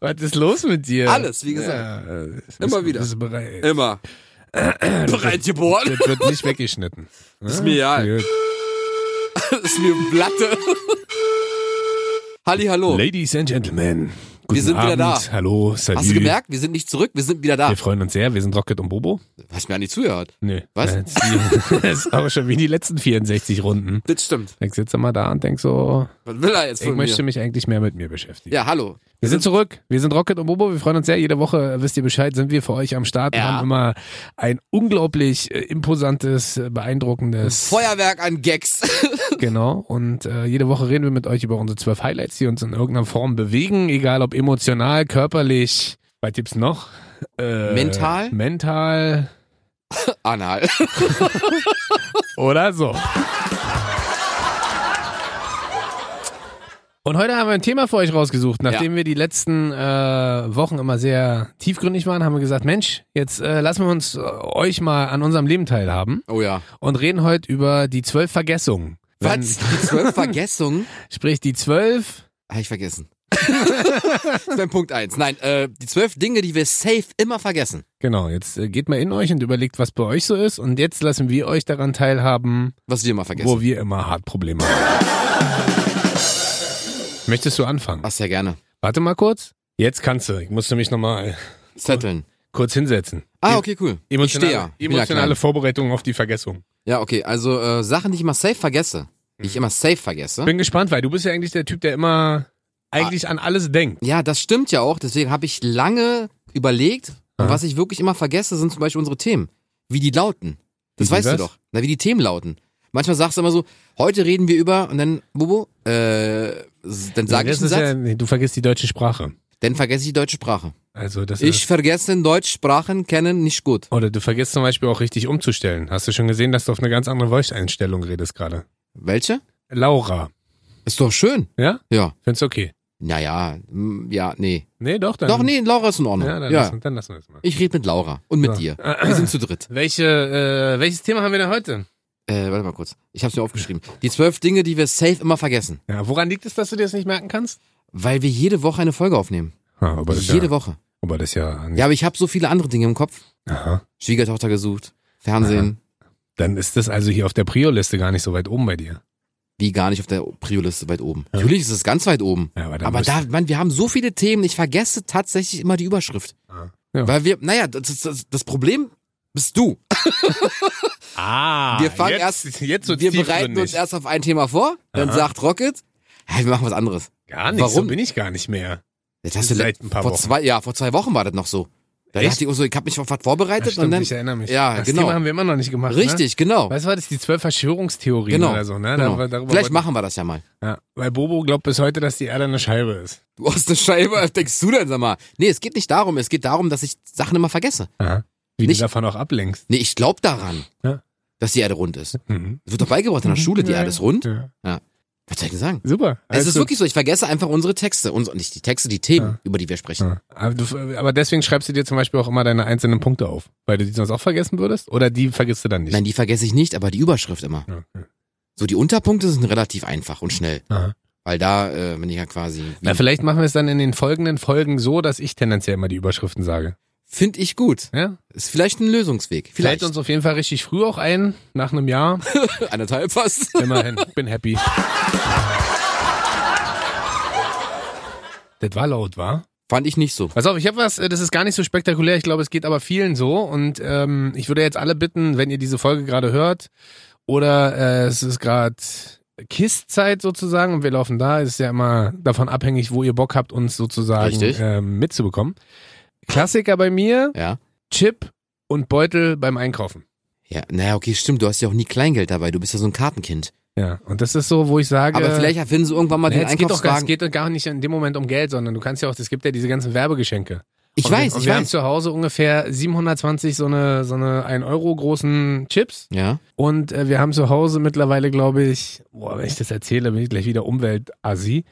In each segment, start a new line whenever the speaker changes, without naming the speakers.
Was ist los mit dir?
Alles, wie gesagt. Äh.
Ja, äh, es
Immer
ist,
wieder.
es Ist bereit.
Immer.
Äh,
Bereit geboren.
Das wird nicht weggeschnitten.
Ist mir egal.
Gut.
ist mir Blatte. Halli, hallo.
Ladies and Gentlemen, guten
sind wieder
Abend.
da.
Hallo, salut.
Hast du gemerkt? Wir sind nicht zurück, wir sind wieder da.
Wir freuen uns sehr, wir sind Rocket und Bobo.
Hast mir ja nicht zugehört.
Nö.
Was?
Das ist- das ist aber schon wie die letzten 64 Runden.
Das stimmt.
Ich sitze immer da und denk so,
Was will er jetzt
ich
von
möchte
mir?
mich eigentlich mehr mit mir beschäftigen.
Ja, hallo.
Wir sind zurück. Wir sind Rocket und Bobo. Wir freuen uns sehr. Jede Woche, äh, wisst ihr Bescheid, sind wir für euch am Start. Wir
Ja.
haben immer ein unglaublich äh, imposantes, äh, beeindruckendes.
Feuerwerk an Gags.
Genau. Und äh, jede Woche reden wir mit euch über unsere zwölf Highlights, die uns in irgendeiner Form bewegen, egal ob emotional, körperlich. Was gibt's noch? Äh,
Mental?
Mental.
Anal.
Oder so. Und heute haben wir ein Thema für euch rausgesucht. Nachdem wir die letzten äh, Wochen immer sehr tiefgründig waren, haben wir gesagt, Mensch, jetzt äh, lassen wir uns äh, euch mal an unserem Leben teilhaben
Oh ja.
und reden heute über die zwölf Vergessungen. Wenn-
Was? Die zwölf Vergessungen?
Sprich, die zwölf
Habe ich vergessen. das ist mein Punkt eins. Nein, äh, die zwölf Dinge, die wir safe immer vergessen.
Genau, jetzt äh, geht mal in euch und überlegt, was bei euch so ist. Und jetzt lassen wir euch daran teilhaben,
Was wir immer vergessen.
wo wir immer hart Probleme haben. Möchtest du anfangen?
Ach, sehr gerne.
Warte mal kurz. Jetzt kannst du. Ich muss nämlich nochmal
Zetteln.
kurz hinsetzen.
Ah, okay, cool.
Emotionale,
ich stehe. ja. Ich bin ja
emotionale
klein.
Vorbereitung auf die Vergessung.
Ja, okay. Also äh, Sachen, die ich immer safe vergesse. Die ich immer safe vergesse.
Mhm. Bin gespannt, weil du bist ja eigentlich der Typ, der immer
Ah.
eigentlich an alles denkt.
Ja, das stimmt ja auch. Deswegen habe ich lange überlegt. Und was ich wirklich immer vergesse, sind zum Beispiel unsere Themen. Wie die lauten. Das
Wie die
weißt du
was?
doch. Na, wie die Themen lauten. Manchmal sagst du immer so, heute reden wir über, und dann, Bubo, äh, dann sage ich
das
einen
ist
Satz,
ja, nee, du vergisst die deutsche Sprache.
dann vergesse ich die deutsche Sprache.
Also das
Ich
Ist,
vergesse Deutsch, Sprachen kennen nicht gut.
oder du vergisst zum Beispiel auch richtig umzustellen. Hast du schon gesehen, dass du auf eine ganz andere Voice-Einstellung redest gerade?
Welche?
Laura,
Ist doch schön.
ja?
Ja.
Findest du okay?
Naja, mm, ja, nee.
Nee, doch, dann.
Doch, nee, Laura ist in Ordnung.
Ja,
Ja,
dann, Lassen, dann lassen wir es mal.
Ich rede mit Laura und mit
So.
dir. Wir sind zu dritt.
Welche, äh, welches Thema haben wir denn heute?
Äh, warte mal kurz. Ich hab's mir aufgeschrieben. Die zwölf Dinge, die wir safe immer vergessen.
Ja, woran liegt es, dass du dir das nicht merken kannst?
Weil wir jede Woche eine Folge aufnehmen.
Ja, aber, das
jede
ja,
Woche.
aber das ja.
Ja, aber ich habe so viele andere Dinge im Kopf.
Aha.
Schwiegertochter gesucht, Fernsehen,
Dann ist das also hier auf der Prio-Liste gar nicht so weit oben bei dir.
wie gar nicht auf der Prio-Liste weit oben. Natürlich ist es ganz weit oben.
Ja, aber da
aber
müsst-
da, man, wir haben so viele Themen, ich vergesse tatsächlich immer die Überschrift.
Ja.
Weil wir, naja, das, das, das Problem bist du.
Ah,
Wir fangen
jetzt,
erst,
jetzt so
wir bereiten
Also tiefgründig.
uns erst auf ein Thema vor, dann
Aha.
sagt Rocket, ja, wir machen was anderes.
Gar nicht, so
Warum?
bin ich gar nicht mehr.
Das hast du
Seit
le-
ein paar
vor
Wochen.
zwei, ja, vor zwei Wochen war das noch so. Da
Echt?
dachte ich, oh so, ich habe mich auf was vorbereitet
stimmt,
und dann,
ich erinnere mich.
Ja,
das
genau.
Thema haben wir immer noch nicht gemacht.
richtig,
Ne?
genau.
Weißt du, war das die zwölf Verschwörungstheorien
Genau.
oder so, ne?
genau.
Da- darüber
Vielleicht
wollten-
machen wir das ja mal.
Ja, weil Bobo glaubt bis heute, dass die Erde eine Scheibe ist.
Du hast eine Scheibe, was denkst du denn, sag mal? Nee, es geht nicht darum, es geht darum, dass ich Sachen immer vergesse.
Aha. Wie
Nicht-
du davon auch ablenkst.
Nee, ich glaub daran,
Ja.
dass die Erde rund ist.
Mhm.
Es wird doch beigebracht in der Schule, die Erde ist rund.
Ja.
Was soll ich denn sagen?
Super. Also,
Es
Alles
ist
gut.
wirklich so, ich vergesse einfach unsere Texte, unsere, nicht die Texte, die Themen,
Ja.
über die wir sprechen.
Ja. Aber, du, aber deswegen schreibst du dir zum Beispiel auch immer deine einzelnen Punkte auf, weil du die sonst auch vergessen würdest? Oder die vergisst du dann nicht?
Nein, die vergesse ich nicht, aber die Überschrift immer.
Ja, ja.
So, die Unterpunkte sind relativ einfach und schnell.
Aha.
Weil da äh, bin ich ja quasi.
Na, vielleicht machen wir es dann in den folgenden Folgen so, dass ich tendenziell immer die Überschriften sage.
Finde ich gut.
Ja?
Ist vielleicht ein Lösungsweg.
Vielleicht
Vielleicht.
uns auf jeden Fall richtig früh auch ein, nach einem Jahr.
Anderthalb fast.
Immerhin, bin happy. Das war laut, war?
Fand ich nicht so.
Pass auf, ich habe was, äh, das ist gar nicht so spektakulär, ich glaube, es geht aber vielen so. Und ähm, ich würde jetzt alle bitten, wenn ihr diese Folge gerade hört, oder äh, es ist gerade Kiss-Zeit sozusagen und wir laufen da, ist ja immer davon abhängig, wo ihr Bock habt, uns sozusagen
Richtig.
ähm, mitzubekommen. Klassiker bei mir,
Ja.
Chip und Beutel beim Einkaufen.
Ja, naja, okay, stimmt. Du hast ja auch nie Kleingeld dabei. Du bist ja so ein Kartenkind.
Ja, und das ist so, wo ich sage...
Aber vielleicht erfinden sie irgendwann mal
Nee,
den
es geht doch gar, es
Einkaufswagen.
geht doch gar nicht in dem Moment um Geld, sondern du kannst ja auch, es gibt ja diese ganzen Werbegeschenke.
ich
und
weiß,
wir, und
ich
wir haben
weiß.
zu Hause ungefähr 720 so eine, so eine 1 Euro großen Chips
Ja.
und äh, wir haben zu Hause mittlerweile, glaube ich, boah, wenn ich das erzähle, bin ich gleich wieder Umweltasi.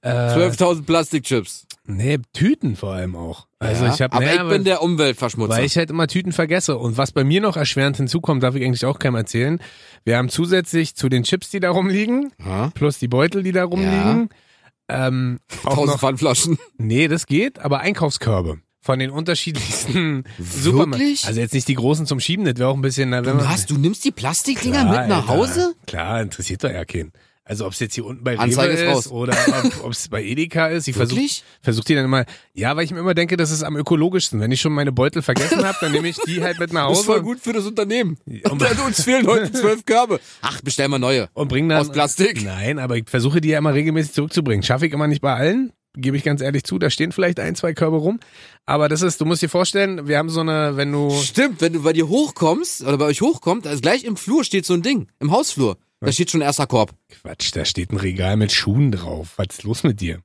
Äh,
12.000 Plastikchips.
nee, Tüten vor allem auch. Also
ja.
ich habe,
aber
naja,
ich bin der Umweltverschmutzer.
weil ich halt immer Tüten vergesse. Und was bei mir noch erschwerend hinzukommt, darf ich eigentlich auch keinem erzählen. Wir haben zusätzlich zu den Chips, die da rumliegen,
ja.
plus die Beutel, die da rumliegen, ähm, auch
Tausend
noch,
Pfandflaschen.
nee, das geht, aber Einkaufskörbe von den unterschiedlichsten Supermärkten.
Wirklich?
Also jetzt nicht die großen zum Schieben, das wäre auch ein bisschen... Na, wenn
Du,
man-
hast, du nimmst die Plastikdinger
Klar,
mit nach
Alter.
Hause?
Klar, interessiert doch ja keinen. Also ob es jetzt hier unten bei
Anzeige
Rewe
ist raus.
ist oder ob es bei Edeka ist. Ich versuche
Wirklich?
versuch die dann immer, ja, weil ich mir immer denke, das ist am ökologischsten. Wenn ich schon meine Beutel vergessen habe, dann nehme ich die halt mit nach
Das ist voll
Hause
gut für das Unternehmen.
Ja, um
Und uns fehlen heute zwölf Körbe. Ach, bestell mal neue.
und bringe dann...
Aus Plastik?
Nein, aber ich versuche die ja immer regelmäßig zurückzubringen. Schaffe ich immer nicht bei allen, gebe ich ganz ehrlich zu. Da stehen vielleicht ein, zwei Körbe rum. Aber das ist, du musst dir vorstellen, wir haben so eine, wenn du...
Stimmt, wenn du bei dir hochkommst, oder bei euch hochkommt, also gleich im Flur steht so ein Ding, im Hausflur. Da steht schon erster Korb.
Quatsch, da steht ein Regal mit Schuhen drauf. Was ist los mit dir?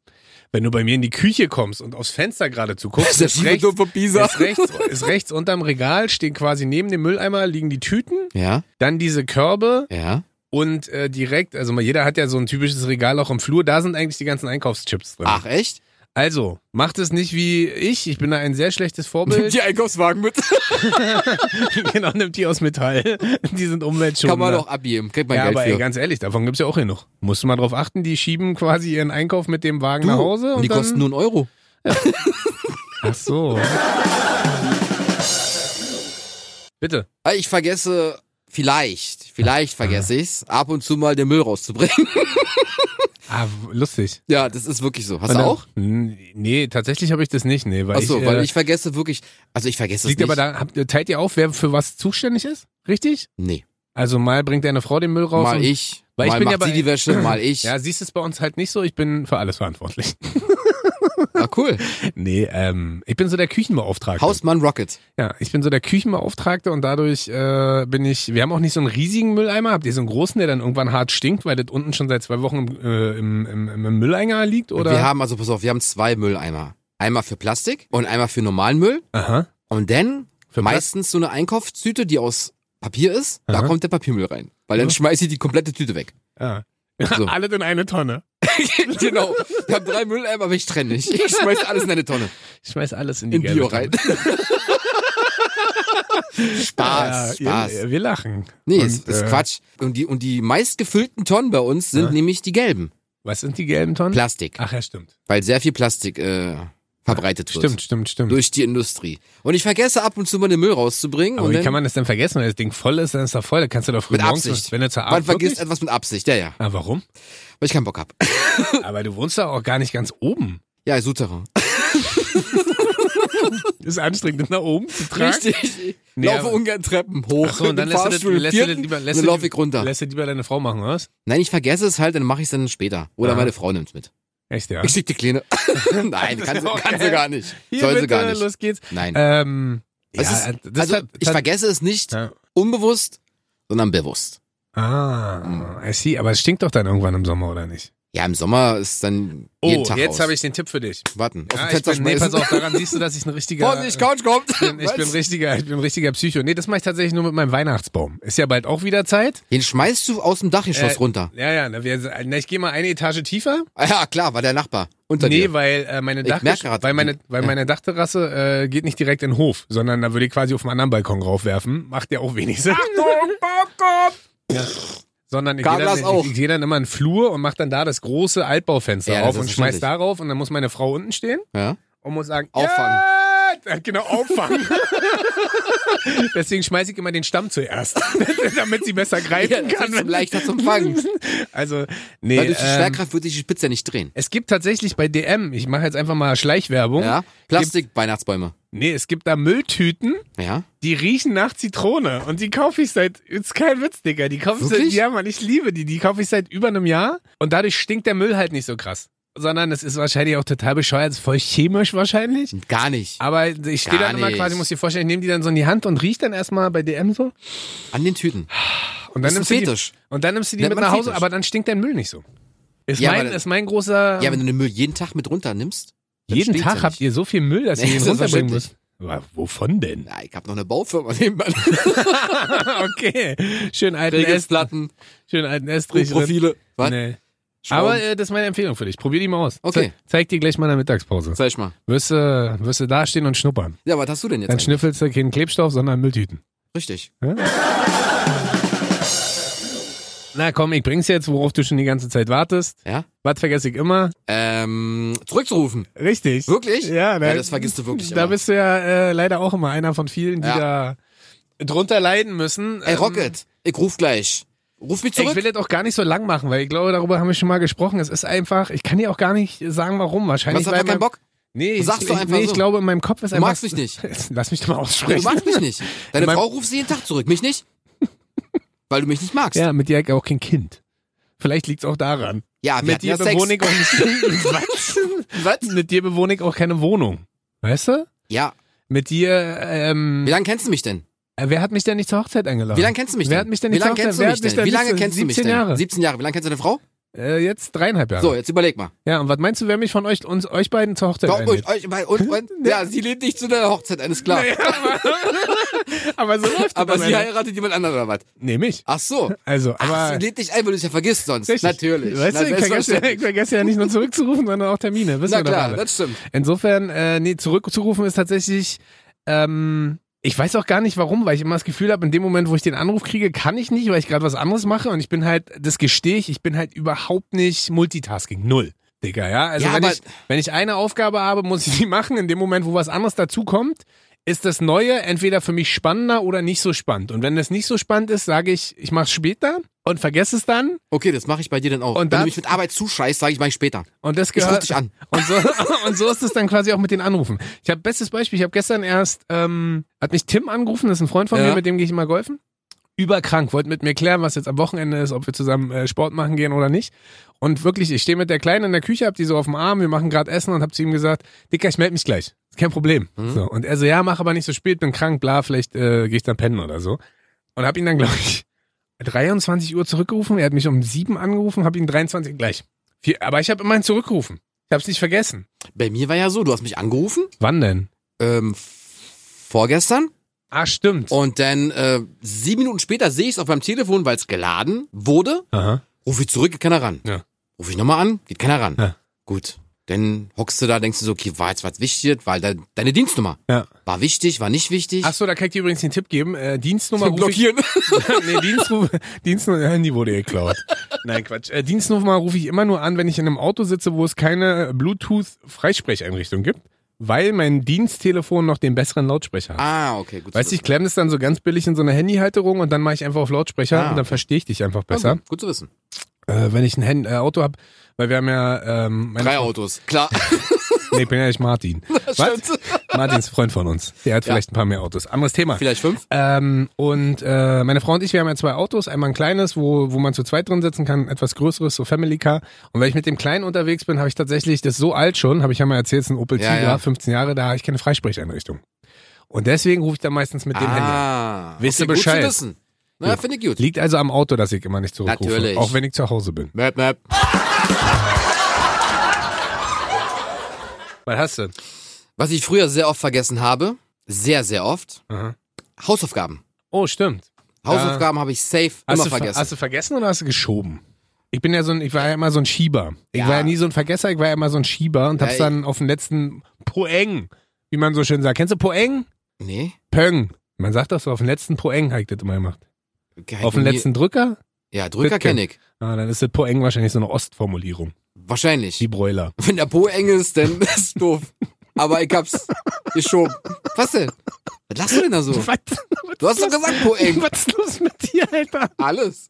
Wenn du bei mir in die Küche kommst und aufs Fenster gerade zuguckst,
Der schiefe Doofe Pisa.
ist rechts, ist rechts unterm Regal, stehen quasi neben dem Mülleimer, liegen die Tüten,
Ja,
dann diese Körbe
ja.
und äh, direkt, also mal jeder hat ja so ein typisches Regal auch im Flur, da sind eigentlich die ganzen Einkaufschips drin.
Ach, echt?
Also, macht es nicht wie ich, ich bin da ein sehr schlechtes
Nimm
Vorbild.
die Einkaufswagen mit.
genau, nimmt die aus Metall, die sind umweltschonender.
Kann man doch abgeben, kriegt man
ja,
Geld
aber ey,
für.
ganz ehrlich, davon gibt's ja auch genug. Musst du mal drauf achten, die schieben quasi ihren Einkauf mit dem Wagen nach Hause. Und,
und die
dann,
kosten nur einen Euro.
Ach so. Bitte.
Ah, Ich vergesse, vielleicht, vielleicht vergesse ich's, ab und zu mal den Müll rauszubringen.
Ah, lustig.
Ja, das ist wirklich so. Hast
Und
du
dann-
auch?
N- Nee, tatsächlich habe ich das nicht. Nee, weil
Ach so,
ich,
weil
äh,
ich vergesse wirklich, also ich vergesse
liegt
es nicht.
aber da, habt, ihr- teilt ihr auf, wer für was zuständig ist? Richtig?
nee,
Also mal bringt deine Frau den Müll raus.
mal
und-
ich,
Weil ich
mal
bin ja
macht
bei-
sie die Wäsche, mal ich.
Ja, siehst du es bei uns halt nicht so. Ich bin für alles verantwortlich.
Ah, cool.
nee, ähm, ich bin so der Küchenbeauftragte.
Hausmann Rocket.
Ja, ich bin so der Küchenbeauftragte und dadurch äh, bin ich, wir haben auch nicht so einen riesigen Mülleimer, habt ihr so einen großen, der dann irgendwann hart stinkt, weil das unten schon seit zwei Wochen im, äh, im, im, im Mülleimer liegt? Oder?
Wir haben, also pass auf, wir haben zwei Mülleimer. Einmal für Plastik und einmal für normalen Müll.
Aha.
Und dann
Für Plastik?
meistens so eine Einkaufstüte, die aus Papier ist. Da
Aha.
kommt der Papiermüll rein. Weil dann
Ja.
schmeiß ich die komplette Tüte weg.
Ah.
So.
Alles in eine Tonne.
genau. Ich habe drei Mülleimer, aber ich trenne nicht. Ich schmeiß alles in eine Tonne.
Ich schmeiß alles in die
In
gelbe
Bio
Tonne.
rein. Spaß,
Ja,
Spaß.
Ihr, wir lachen.
Nee,
Und,
ist, ist
äh,
Quatsch. Und die, und die meistgefüllten Tonnen bei uns sind
Ja.
nämlich die gelben.
Was sind die gelben Tonnen?
Plastik.
Ach ja, stimmt.
Weil sehr viel Plastik äh, verbreitet wird.
Stimmt, stimmt, stimmt.
Durch die Industrie. Und ich vergesse ab und zu mal den Müll rauszubringen.
Aber
und
wie
dann,
kann man das denn vergessen? Wenn das Ding voll ist, dann ist er voll. Dann kannst du doch früh
Mit
morgens,
Absicht.
wenn du zur
man
Arbeit
vergisst
wirklich-
etwas mit Absicht. Ja, ja.
Ah, warum?
Weil ich keinen Bock hab.
Aber du wohnst doch auch gar nicht ganz oben.
Ja, Souterrain.
Ist anstrengend, nach oben zu tragen.
Richtig.
Nee,
laufe
aber-
ungern Treppen hoch.
Ach so, und dann
Mit dem
lässt du, das,
Fahrstuhl im
lässt du das
vierten,
lieber,
dann
lässt du,
lauf ich runter.
lässt du lieber deine Frau machen, oder was?
Nein, ich vergesse es halt, dann mache ich es dann später. Oder
Ja.
meine Frau nimmt's mit.
Echt, ja.
Ich schick die Kleine. Nein,
Das
kann
ist
sie,
auch
kann sie
geil.
gar nicht.
Hier
Soll
bitte,
sie gar nicht.
los geht's.
Nein.
Ähm,
Es
ja,
ist,
das
also,
hat-
ich
hat-
vergesse es nicht
Ja.
unbewusst, sondern bewusst.
Ah, I see. Aber es stinkt doch dann irgendwann im Sommer, oder nicht?
Ja, im Sommer ist dann jeden
Oh,
Tag raus.
jetzt habe ich den Tipp für dich.
Warten, aus
Ja,
dem
ich
Fenster
bin, nee,
schmeißen.
pass auf, daran siehst du, dass ich ein richtiger...
Vorsicht, Couch kommt.
ich bin, ich bin
Was?
richtiger, ich bin richtiger Psycho. Nee, das mache ich tatsächlich nur mit meinem Weihnachtsbaum. Ist ja bald auch wieder Zeit.
Den schmeißt du aus dem Dachgeschoss
Äh,
runter.
Ja, ja, na, wir, na, ich gehe mal eine Etage tiefer.
Ah, Ja, klar, war der Nachbar unter
Nee,
dir.
weil äh, meine,
Ich
Dach
merk grad,
weil meine, weil
ja.
meine Dachterrasse äh, geht nicht direkt in den Hof, sondern da würde ich quasi auf einen anderen Balkon raufwerfen. Macht ja auch wenig Sinn. Sondern ich
Kam
gehe dann,
das auch?
ich, ich geh dann immer in den Flur und mache dann da das große Altbaufenster
Ja, das
auf
ist
und schmeiß
verständlich.
darauf und dann muss meine Frau unten stehen
Ja?
und muss sagen,
Auffangen.
Ja! Genau, auffangen. Deswegen schmeiß ich immer den Stamm zuerst, damit sie besser
Ja,
greifen
das
kann.
ist zum leichter zum Fangen.
Also, nee.
Weil durch die
ähm,
Schwerkraft wird sich die Spitze nicht drehen.
es gibt tatsächlich bei DM, ich mache jetzt einfach mal Schleichwerbung.
Ja? Plastik-Weihnachtsbäume.
Nee, es gibt da Mülltüten,
Ja?
die riechen nach Zitrone. Und die kaufe ich seit, ist kein Witz, Digga. Die kaufe ich seit,
Wirklich?
ja, Mann, ich liebe die. Die kaufe ich seit über einem Jahr. Und dadurch stinkt der Müll halt nicht so krass. Sondern es ist wahrscheinlich auch total bescheuert, ist voll chemisch wahrscheinlich.
Gar nicht.
Aber ich stehe
Gar
dann immer
nicht.
quasi, muss dir vorstellen, ich nehme die dann so in die Hand und riech dann erstmal bei DM so.
An den Tüten.
Und dann,
Das ist
nimmst du
ein
die,
Fetisch.
und dann nimmst du die
Nennt
mit nach
man
Hause,
Fetisch.
aber dann stinkt dein Müll nicht so. Ist,
Ja,
mein,
aber-
ist mein großer.
Ja, wenn du den Müll jeden Tag mit runter nimmst. dann
jeden
stinkt's
Tag
ja
habt
nicht.
ihr so viel Müll, dass ihr ihn
Nee,
runterbringen
selbstverständlich.
müsst. Aber Wovon denn?
Na, ich hab noch eine Baufirma nebenan.
okay. Schön alten Est,
Regelsplatten,
schön alten Estrich.
Profile. Was?
Nee.
Schrauben.
Aber äh, das ist meine Empfehlung für dich. Probier die mal aus.
Okay.
Ze zeig dir gleich mal in der Mittagspause.
Sag ich mal.
Wirst du wirst du dastehen und schnuppern.
Ja, was hast du denn jetzt?
Dann
eigentlich?
schnüffelst du keinen Klebstoff, sondern Mülltüten.
Richtig.
Na komm, ich bring's jetzt, worauf du schon die ganze Zeit wartest.
Ja?
Was vergesse ich immer?
Ähm, zurückzurufen.
Richtig.
Wirklich?
Ja, da-
das vergisst du wirklich
Da
immer.
bist du ja äh, leider auch immer einer von vielen, die
Ja.
da drunter leiden müssen.
Ey,
Ähm,
Rocket, ich ruf gleich. Ruf mich
Ich
zurück.
will das auch gar nicht so lang machen, weil ich glaube, darüber haben wir schon mal gesprochen. Es ist einfach, ich kann dir auch gar nicht sagen, warum. Wahrscheinlich
Was hat
weil
er keinen
mein-
Bock?
Nee, ich,
Sag's
ich,
doch einfach
nee, ich
so.
glaube, in meinem Kopf ist
Du
einfach.
magst mich nicht.
Lass mich doch mal aussprechen.
Du magst mich nicht. Deine
Mein-
Frau ruft sie jeden Tag zurück, mich nicht. Weil du mich nicht magst. Ja,
Ja, mit dir hab ich auch kein Kind. Vielleicht liegt's auch daran.
Ah, wir
mit
hatten
dir
ja Sex.
bewohne ich auch nicht. Was?
Was?
Mit dir bewohne ich auch keine Wohnung. Weißt du?
Ja,
Mit dir, ähm,
wie lange kennst du mich denn?
äh, wer hat mich denn nicht zur Hochzeit eingeladen?
Wie lange kennst du mich denn?
Wer hat mich denn
wie
nicht
lange
gesagt,
kennst du
wer
mich
hat mich
denn? Wie
denn
lange
nicht-
kennst du mich
17
denn?
Jahre.
17 Jahre. Wie lange kennst du deine Frau?
Äh, jetzt dreieinhalb Jahre.
So, jetzt überleg mal.
Ja, und was meinst du, wer mich von euch, uns, euch beiden zur Hochzeit
Doch,
einlädt?
und, euch- weil- und, und, ja, sie lädt dich zu der Hochzeit, alles klar.
aber so läuft
aber
das am
sie
Ende.
heiratet jemand anderen oder was?
Nee, mich.
Ach so.
Also, aber.
Ach, sie lädt dich ein, weil du es ja vergisst sonst.
Richtig.
Natürlich.
Weißt
Na,
du, ich vergesse,
selbstverständlich.
ich vergesse ja nicht nur zurückzurufen, sondern auch Termine. Wissen
Na
wir doch
klar,
alle.
das stimmt.
Insofern, äh, nee, zurückzurufen ist tatsächlich, ähm, ich weiß auch gar nicht warum, weil ich immer das Gefühl habe, in dem Moment, wo ich den Anruf kriege, kann ich nicht, weil ich gerade was anderes mache und ich bin halt, das gestehe ich, ich bin halt überhaupt nicht Multitasking. Null. Digga, ja. Also
Ja,
wenn,
aber-
ich, wenn ich eine Aufgabe habe, muss ich die machen. In dem Moment, wo was anderes dazukommt, ist das Neue entweder für mich spannender oder nicht so spannend. Und wenn das nicht so spannend ist, sage ich, ich mach's später und vergesse es dann.
Okay, das mache ich bei dir dann auch.
Und
Wenn
dann-
du mich mit Arbeit zuscheißt, sage ich, mach ich später.
Und das
Ich
gehört.
ruf dich an.
Und so, und so ist es dann quasi auch mit den Anrufen. Ich habe bestes Beispiel, ich habe gestern erst, ähm, hat mich Tim angerufen, das ist ein Freund von
Ja.
mir, mit dem gehe ich immer golfen. Überkrank, wollte mit mir klären, was jetzt am Wochenende ist, ob wir zusammen äh, Sport machen gehen oder nicht. Und wirklich, ich stehe mit der Kleinen in der Küche, hab die so auf dem Arm, wir machen gerade Essen und hab zu ihm gesagt, Dicker, ich melde mich gleich. Ist kein Problem. So, und er so, ja, mach aber nicht so spät, bin krank, bla, vielleicht äh, gehe ich dann pennen oder so. Und hab ihn dann, glaube ich, 23 Uhr zurückgerufen. Er hat mich um 7 angerufen, hab ihn 23 gleich. Vier, aber ich habe immerhin zurückgerufen. Ich hab's nicht vergessen.
Bei mir war ja so, du hast mich angerufen,
Wann denn?
ähm, f- vorgestern.
Ah, stimmt.
Und dann äh, sieben Minuten später sehe ich es auf meinem Telefon, weil es geladen wurde.
Aha.
Ruf ich zurück, geht keiner ran.
Ja.
Ruf ich nochmal an, geht keiner ran.
Ja.
Gut. Dann hockst du da, denkst du so, okay, war jetzt was Wichtiges, weil de deine Dienstnummer
Ja.
war wichtig, war nicht wichtig.
Achso, da kann ich dir übrigens den Tipp geben. Äh, Dienstnummer rufe ich.
blockieren.
nee, Dienstruf, Dienstnummer, Handy wurde geklaut. Nein, Quatsch. Äh, Dienstnummer rufe ich immer nur an, wenn ich in einem Auto sitze, wo es keine Bluetooth-Freisprecheinrichtung gibt, weil mein Diensttelefon noch den besseren Lautsprecher hat.
Ah, okay, gut.
Weißt du, ich klemme das dann so ganz billig in so eine Handyhalterung und dann mache ich einfach auf Lautsprecher
Ah.
und dann verstehe ich dich einfach
besser.
besser.
gut zu wissen.
Äh, wenn ich ein Hand äh, Auto habe, weil wir haben ja ähm, meine-
Drei Autos, klar.
Nee, ich bin ja nicht Martin. Was?
stimmt.
Martin ist ein Freund von uns. Der hat
Ja.
vielleicht ein paar mehr Autos. Anderes Thema.
Vielleicht fünf?
Ähm, und äh, meine Frau und ich, wir haben ja zwei Autos. Einmal ein kleines, wo, wo man zu zweit drin sitzen kann, etwas größeres, so Family Car. Und wenn ich mit dem Kleinen unterwegs bin, habe ich tatsächlich, das ist so alt schon, habe ich ja mal erzählt, es ist ein Opel
Ja,
Tigra,
ja.
15 Jahre, da habe ich keine Freisprecheinrichtung. Und deswegen rufe ich dann meistens mit dem Handy an.
ah,
Wisst ihr
okay, gut
Bescheid.
zu wissen. Na,
Gut.
finde ich gut.
Liegt also am Auto, dass ich immer nicht zurückrufe.
Natürlich.
Auch wenn ich zu Hause bin.
Map, map.
Was hast du?
Was ich früher sehr oft vergessen habe, sehr, sehr oft,
Aha.
Hausaufgaben.
Oh, stimmt.
Hausaufgaben habe ich safe
Hast
immer
du, ver-
vergessen.
Hast du vergessen oder hast du geschoben? Ich bin ja so ein, ich war ja immer so ein Schieber. Ich
Ja.
war ja nie so ein Vergesser, ich war ja immer so ein Schieber und hab's
Ja, ich-
dann auf den letzten Poeng, wie man so schön sagt. Kennst du Poeng?
nee?
Pöng. Man sagt doch so, auf den letzten Poeng hab ich das immer gemacht.
Geil,
auf den
nie-
letzten Drücker?
Ja, Drücker
Bitcoin.
kenne ich.
Ah, dann ist das Poeng wahrscheinlich so eine Ostformulierung. Die
Wahrscheinlich.
Broiler.
Wenn der Po eng ist, dann ist doof. Aber ich hab's geschoben. Was denn? Was lachst du denn da so?
Was?
Du hast doch gesagt Po eng.
Was ist los mit dir, Alter?
Alles.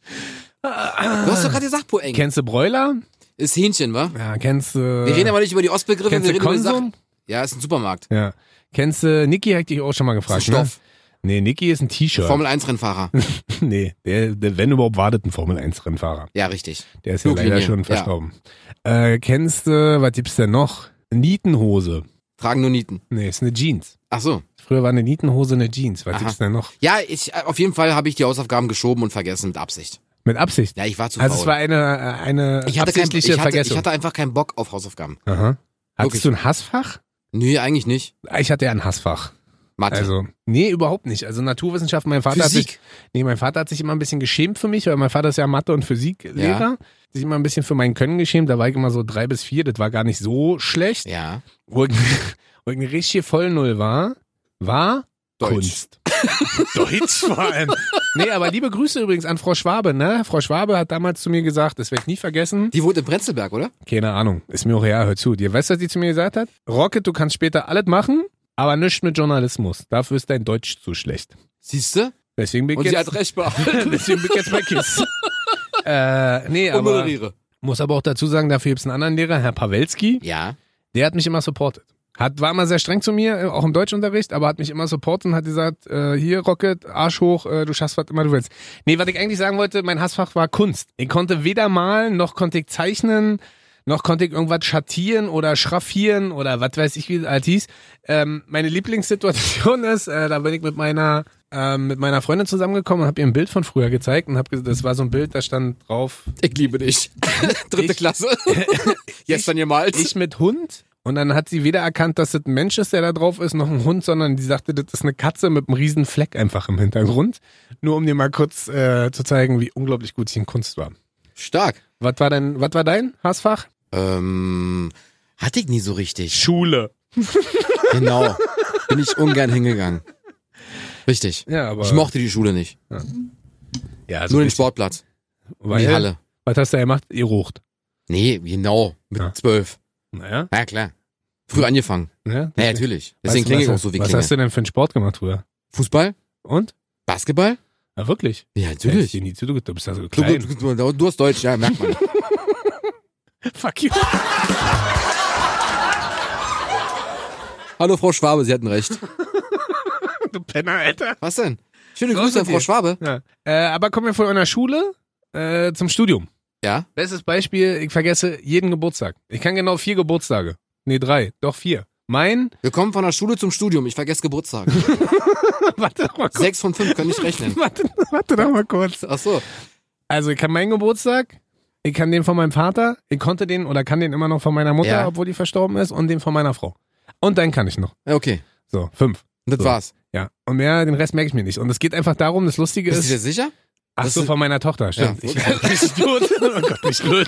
Du hast doch gerade gesagt Po eng.
Kennst du Broiler?
Ist Hähnchen, wa?
Ja, kennst du.
Wir reden aber nicht über die Ostbegriffe, wir
Äh, kennst du
reden über die Sachen.
Konsum?
Ja, ist ein Supermarkt.
Ja. Kennst du, Niki hat dich auch schon mal gefragt, ne?
Stoff.
Nee, Niki ist ein T-Shirt.
Formel 1 Rennfahrer.
Nee, der, der, wenn überhaupt, wartet ein Formel-1-Rennfahrer.
Ja, richtig.
Der ist ja
Fluglinie,
leider schon
ja.
verstorben. Äh, kennst du, was gibt's denn noch? Nietenhose.
Tragen nur Nieten.
Nee, ist eine Jeans.
Ach so.
Früher war eine Nietenhose eine Jeans. Was
Aha.
gibt's denn noch?
Ja, ich, äh, auf jeden Fall habe ich die Hausaufgaben geschoben und vergessen mit Absicht.
Mit Absicht.
Ja, ich war zu
also es
faul.
war eine, eine
ich hatte kein, ich
absichtliche
hatte,
Vergessung.
Ich hatte einfach keinen Bock auf Hausaufgaben.
Aha. Hattest
Wirklich.
du ein Hassfach?
Nee, eigentlich nicht.
Ich hatte ja ein Hassfach.
Mathe.
Also, nee, überhaupt nicht. Also Naturwissenschaften, mein Vater hat sich
Physik.
Nee, mein Vater hat sich immer ein bisschen geschämt für mich, weil mein Vater ist ja Mathe- und Physiklehrer. Sich immer ein bisschen für mein Können geschämt. Da war ich immer so drei bis vier. Das war gar nicht so schlecht.
Ja.
Wo ich, wo ich eine richtige Vollnull war, war
Deutsch.
Kunst. Deutsch vor allem. Nee, aber liebe Grüße übrigens an Frau Schwabe, ne? Frau Schwabe hat damals zu mir gesagt, das werde ich nie vergessen.
Die wohnt in Prenzlberg, oder?
Keine Ahnung, ist mir auch ja, hör zu. Dir weißt, was die zu mir gesagt hat? Rocket, du kannst später alles machen, aber nichts mit Journalismus. Dafür ist dein Deutsch zu schlecht.
Siehst du?
Deswegen bin
Und
ich
sie
jetzt,
hat recht behalten.
deswegen bin ich jetzt bei KISS. äh, nee, aber
Umoderiere.
muss aber auch dazu sagen, dafür gibt's einen anderen Lehrer, Herr Pawelski.
Ja.
Der hat mich immer supportet. Hat, war immer sehr streng zu mir, äh, auch im Deutschunterricht, aber hat mich immer supportet und hat gesagt, äh, hier Rocket, Arsch hoch, äh, du schaffst, was immer du willst. Nee, was ich eigentlich sagen wollte, mein Hassfach war Kunst. Ich konnte weder malen, noch konnte ich zeichnen, noch konnte ich irgendwas schattieren oder schraffieren oder was weiß ich, wie das alles hieß. Ähm, meine Lieblingssituation ist, äh, da bin ich mit meiner, ähm, mit meiner Freundin zusammengekommen und habe ihr ein Bild von früher gezeigt und habe das war so ein Bild, da stand drauf,
Ich liebe dich. Dritte
Ich-
Klasse. Jetzt dann ihr mal.
ich mit Hund. Und dann hat sie weder erkannt, dass das ein Mensch ist, der da drauf ist, noch ein Hund, sondern die sagte, das ist eine Katze mit einem riesen Fleck einfach im Hintergrund. Nur um dir mal kurz äh, zu zeigen, wie unglaublich gut ich in Kunst war.
Stark.
Was war dein, was war dein Hassfach?
Ähm, hatte ich nie so richtig.
Schule.
Genau. Bin ich ungern hingegangen. Richtig.
Ja, aber.
Ich mochte die Schule nicht.
ja, also
Nur den
richtig,
Sportplatz. Und
weil,
die Halle.
Was hast du da gemacht? Ihr rucht.
Nee, genau.
Ja.
Mit zwölf.
Naja.
Na klar. Früh angefangen.
Ja,
Ja, natürlich. Deswegen klinge ich auch so wie
Was
klinge.
hast du denn für einen Sport gemacht früher?
Fußball?
Und?
Basketball?
Ja, wirklich?
Ja,
Ja, ich
natürlich.
dir nie zu, du bist da so
Du,
klein.
du, du, du hast Deutsch, ja, merkt man.
Fuck you.
Hallo Frau Schwabe, Sie hatten recht.
Du Penner, Alter.
Was denn? Schöne
Raus
Grüße an
mit
Frau
dir.
Schwabe.
Ja. Äh, aber kommen wir von einer Schule äh, zum Studium.
Ja?
Bestes Beispiel, ich vergesse jeden Geburtstag. Ich kann genau vier Geburtstage. Nee, drei. Doch vier. Mein,
Wir kommen von der Schule zum Studium. Ich vergesse Geburtstag.
warte doch mal kurz.
Sechs von fünf können nicht rechnen.
Warte, warte doch mal kurz.
Ach so.
Also ich kann meinen Geburtstag, ich kann den von meinem Vater, ich konnte den oder kann den immer noch von meiner Mutter,
Ja.
obwohl die verstorben ist, und den von meiner Frau. Und dann kann ich noch.
Ja, Okay.
So, fünf.
Und das
So.
war's.
Ja. Und mehr, den Rest merke ich mir nicht. Und es geht einfach darum, das Lustige
Bist du dir
ist.
sicher?
Ach
das
so,
ist-
von meiner Tochter, stimmt.
Ja.
Ich, ich, oh Gott, mich blöd.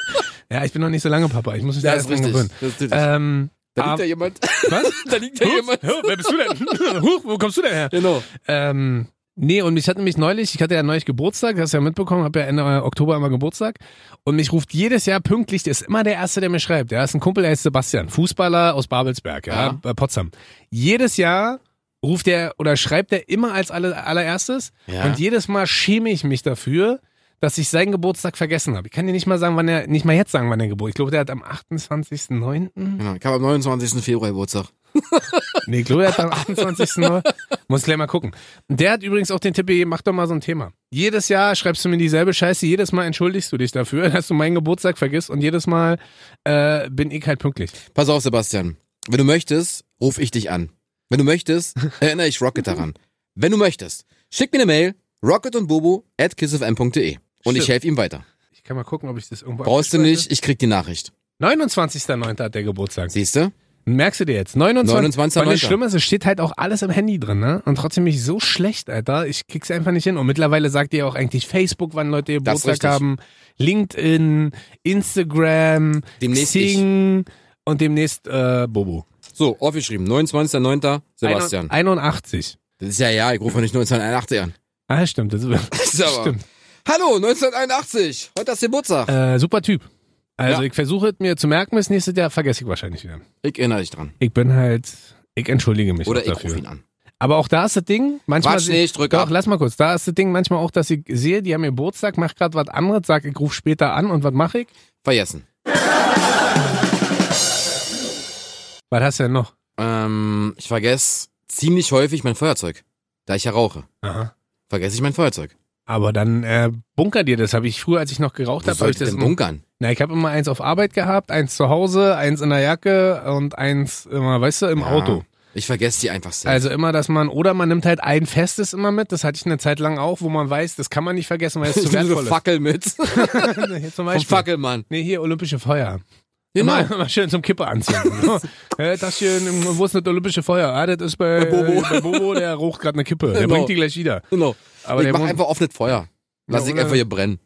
ja, ich bin noch nicht so lange Papa. Ich muss mich da erst dran gewöhnen.
Das ist richtig.
Ähm,
da liegt
ab-
ja jemand.
was?
da liegt ja
Huch,
jemand.
wer bist du denn? Huch, wo kommst du denn her?
Genau.
Ähm, nee, und mich hat nämlich neulich, ich hatte ja neulich Geburtstag, hast du ja mitbekommen, habe ja Ende äh, Oktober immer Geburtstag. Und mich ruft jedes Jahr pünktlich, der ist immer der Erste, der mir schreibt. Der ist ein Kumpel, der heißt Sebastian, Fußballer aus Babelsberg, ja,
Ja.
bei Potsdam. Jedes Jahr ruft er oder schreibt er immer als alle, allererstes.
Ja.
Und jedes Mal schäme ich mich dafür, dass ich seinen Geburtstag vergessen habe. Ich kann dir nicht mal sagen, wann er, nicht mal jetzt sagen, wann er Geburtstag. Ich glaube, der hat am 28.09.
Genau. Ich habe am 29. Februar Geburtstag.
Nee, Chloe hat am 28. Mal. Muss gleich mal gucken. Der hat übrigens auch den Tipp gegeben, mach doch mal so ein Thema. Jedes Jahr schreibst du mir dieselbe Scheiße, jedes Mal entschuldigst du dich dafür, dass du meinen Geburtstag vergisst und jedes Mal äh, bin ich halt pünktlich.
Pass auf, Sebastian. Wenn du möchtest, ruf ich dich an. Wenn du möchtest, erinnere ich Rocket daran. Wenn du möchtest, schick mir eine Mail, rocket und bubu at kissfm.de. Und ich
Stimmt.
helfe ihm weiter.
Ich kann mal gucken, ob ich das irgendwo
Brauchst du
abgespeichert-
nicht, ich krieg die Nachricht.
29.09. hat der Geburtstag.
Siehst du?
Merkst du dir jetzt? 29.
29.09..
Weil das Schlimme ist, es steht halt auch alles im Handy drin, ne? Und trotzdem bin ich so schlecht, Alter. Ich krieg's einfach nicht hin. Und mittlerweile sagt ihr auch eigentlich Facebook, wann Leute
Das ist
Geburtstag
richtig.
haben, XinkedIn, Instagram,
Demnächst
Xing und demnächst äh, Bobo.
So, aufgeschrieben. 29.09. Sebastian.
81.
Das ist ja ja, ich rufe nicht 1981 an.
Ah, stimmt. Das ist,
Das ist aber.
stimmt.
Hallo, 1981. Heute ist Geburtstag.
Äh, super Typ. Also
Ja.
ich versuche es mir zu merken, bis nächstes Jahr vergesse ich wahrscheinlich wieder.
Ich erinnere dich dran.
Ich bin halt, ich entschuldige mich
Oder
auch
ich rufe
dafür.
ihn an.
Aber auch da ist das Ding, manchmal...
Quatsch nicht, drück
Doch,
ab.
lass mal kurz. Da ist das Ding manchmal auch, dass ich sehe, die haben ihr Geburtstag, mach gerade was anderes, sag, ich ruf später an und was mache ich?
Vergessen.
Was hast du denn noch?
Ähm, ich vergesse ziemlich häufig mein Feuerzeug. Da ich ja rauche,
Aha.
vergesse ich mein Feuerzeug.
Aber dann äh, bunker dir das. Habe ich früher, als ich noch geraucht
Wo
habe, habe
soll
ich
ich
das.
denn
im-
bunkern?
Na, ich habe immer eins auf Arbeit gehabt, eins zu Hause, eins in der Jacke und eins immer, weißt du, im
Ja,
Auto.
Ich vergesse die einfach selbst.
Also immer, dass man, oder man nimmt halt ein festes immer mit, das hatte ich eine Zeit lang auch, wo man weiß, das kann man nicht vergessen, weil es zu
Ich nehme so
wertvoll
eine
ist.
Fackel mit. Vom
Hier zum Beispiel.
Fackelmann.
Nee, hier olympische Feuer.
Genau.
Immer, immer schön zum Kippe anziehen. äh, das hier, ähm, wo ist das olympische Feuer? Ah, das ist bei,
Bei Bobo.
Äh, bei Bobo der raucht gerade eine Kippe. Der
Genau.
bringt die gleich wieder.
genau.
Aber
ich
der
mach
Mund-
einfach offenes Feuer. Lass
Ja,
ich
oder-
einfach hier brennen.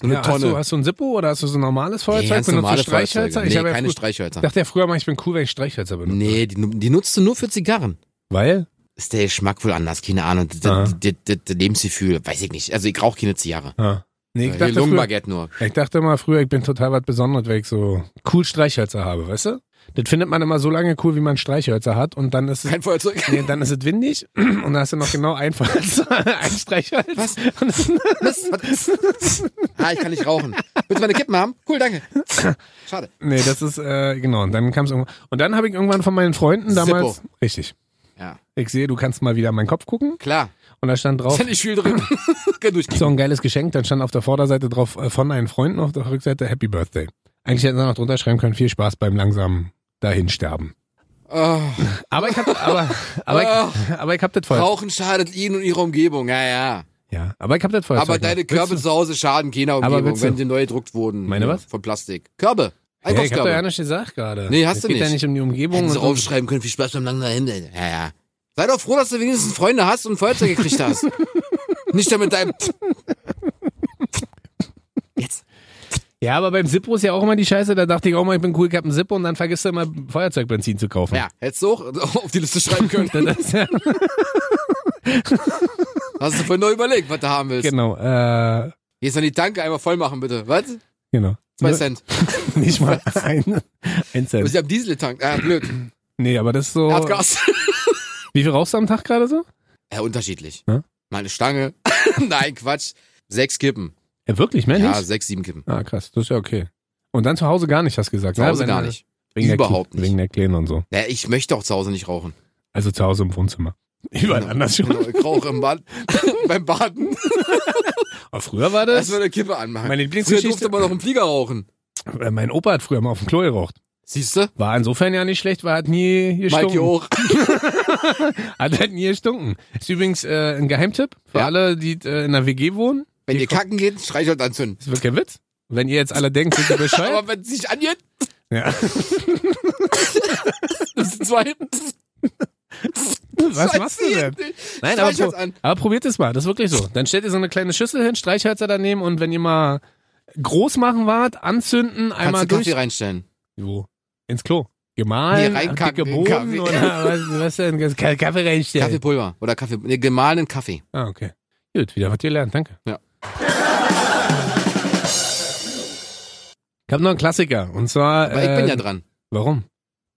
So eine
ja, hast, du,
Tonne.
hast du ein Sippo oder hast du so ein normales
nee,
Feuerzeug?
ganz
Benutzt du
normale
Streichhölzer?
Feuerzeuge. Nee,
ich hab ja
keine
früher-
Streichhölzer.
dachte ja früher mal, ich bin cool, wenn ich Streichhölzer benutze.
Nee, die, die nutzt du nur für Zigarren.
Weil?
ist der Geschmack wohl anders, keine Ahnung. Das- Das
Aha.
das- das- das Lebensgefühl, weiß ich nicht. Also ich rauche keine Zigarre. Äh,
Ja. Ah. Nee, ich,
Hier
dachte früher,
Lungenbaguette nur.
ich dachte immer früher, ich bin total was Besonderes, weil ich so cool Streichhölzer habe, weißt du? Das findet man immer so lange cool, wie man Streichhölzer hat und dann ist es,
Kein Feuerzeug.
nee, dann ist es windig und dann hast du noch genau ein, Feuerzeug- ein Streichholz.
Was?
Und dann-
Was? Was? ah, ich kann nicht rauchen. Willst du meine Kippen haben? Cool, danke. Schade.
Nee, das ist, äh, genau, und dann kam es irgendwann. Und dann habe ich irgendwann von meinen Freunden damals. Richtig.
Ja,
Ich sehe, du kannst mal wieder an meinen Kopf gucken.
klar.
Und da stand drauf,
Ist ja nicht viel drin. Kann durchgehen.
so ein geiles Geschenk. Dann stand auf der Vorderseite drauf äh, von einen Freunden, auf der Rückseite Happy Birthday. Eigentlich hätten sie noch drunter schreiben können, viel Spaß beim langsamen Dahinsterben.
Oh,
Aber ich hab, aber, aber, ich, aber ich hab das Feuer.
rauchen schadet Ihnen und Ihrer Umgebung. Ja, ja.
Ja, aber ich hab das Feuer.
Aber deine Körbe zu Hause schaden keiner
Aber
Umgebung,
willst du-
wenn sie neu gedruckt wurden.
Meine
Ja,
was?
Von Plastik. Körbe.
Ja, ich hab doch
Einkaufskörbe.
ja nicht gesagt gerade.
Nee, hast
es
du
geht ja
nicht.
nicht um die Umgebung.
Hätten sie
und so.
draufschreiben können, viel Spaß beim langen Dahin. Ja, ja. Sei doch froh, dass du wenigstens Freunde hast und ein Feuerzeug gekriegt hast. Nicht damit deinem... Jetzt.
Ja, aber beim Zippo ist ja auch immer die Scheiße. Da dachte ich auch mal, ich bin cool, ich hab einen Zippo und dann vergisst du immer Feuerzeugbenzin zu kaufen.
Ja, hättest du auch auf die Liste schreiben können.
Das ist ja
Hast du vorhin noch überlegt, was du haben willst.
Genau, äh,
Hier ist noch die Tanke, einmal voll machen bitte. Was?
genau.
Zwei
Nur-
Cent.
Nicht mal ein, ein
Aber
Cent.
sie haben Diesel getankt. Ah, blöd.
Nee, aber das ist so.
Erdgas.
Wie viel rauchst du am Tag gerade so?
Ja, unterschiedlich.
Ja?
Mal eine Stange. Nein, Quatsch. Sechs Kippen.
Ja, wirklich, mehr
Ja,
nicht?
sechs, sieben Kippen.
Ah, krass, das ist ja okay. Und dann zu Hause gar nicht, hast du gesagt.
Zu
ne?
Hause
Wenn-
gar nicht.
Wegen
Überhaupt
der,
nicht.
Wegen der Kleinen und so.
Naja, ich möchte auch zu Hause nicht rauchen.
Also zu Hause im Wohnzimmer. Überall anders schon.
Genau, ich rauche im Bad, beim Baden.
Aber früher war das.
Erstmal eine Kippe anmachen.
Meine
Früher
Lieblingsgeschichte.
durfte man noch im Flieger rauchen.
äh, mein Opa hat früher mal auf dem Klo geraucht.
Siehst du?
War insofern ja nicht schlecht, weil hat nie
Mikey
gestunken.
auch.
Hat halt nie gestunken. Ist übrigens äh, ein Geheimtipp für
Ja.
alle, die äh, in der WG wohnen.
Wenn
Die
ihr
kommt-
kacken geht, Streichholz anzünden.
Ist wirklich ein Witz. Wenn ihr jetzt alle denkt, sind ihr bescheuert.
Aber wenn es sich angeht,
ja.
das sind zwei.
Was machst du denn? Nein, aber,
Streichholz
pro
an.
aber probiert es mal, das ist wirklich so. Dann stellt ihr so eine kleine Schüssel hin, Streichhölzer daneben und wenn ihr mal groß machen wart, anzünden,
Kannst
einmal
du Kaffee
durch.
reinstellen?
Wo? Ins Klo. Gemahlen,
Nee, reinkacken
dicke
in den
Bohnen
Kaffee.
oder was, was denn? Ganz Ka- Kaffee reinstellen.
Kaffeepulver oder Kaffee, ne, gemahlenen Kaffee.
Ah, okay. Gut, wieder was gelernt, danke.
Ja.
Ich habe noch einen Klassiker und zwar.
Aber
äh,
ich bin ja dran.
Warum?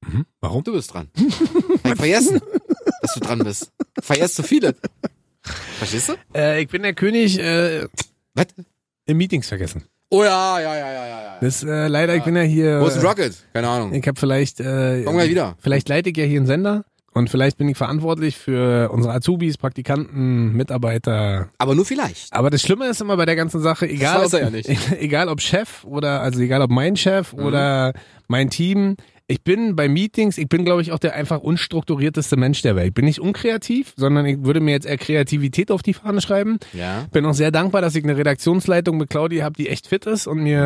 Mhm, warum?
Du bist dran. Hab ich vergessen, dass du dran bist. Vergesst zu viele. Verstehst du?
Äh, ich bin der König äh,
Was?
im Meetings vergessen.
Oh ja, ja, ja, ja, ja. ja.
Das äh, leider, ich bin ja hier.
Wo ist ein Rocket? Keine Ahnung.
Äh. Ich habe vielleicht. Äh,
Komm gleich wieder.
Vielleicht leite ich ja hier einen Sender und vielleicht bin ich verantwortlich für unsere Azubis, Praktikanten, Mitarbeiter.
Aber nur vielleicht.
Aber das Schlimme ist immer bei der ganzen Sache, egal,
weiß
ob,
er ja nicht. Mhm.
egal ob Chef oder, also egal ob mein Chef oder mein Team. Ich bin bei Meetings, ich bin glaube ich auch der einfach unstrukturierteste Mensch der Welt. Ich bin nicht unkreativ, sondern ich würde mir jetzt eher Kreativität auf die Fahne schreiben.
Ja.
Bin auch sehr dankbar, dass ich eine Redaktionsleitung mit Claudia habe, die echt fit ist und mir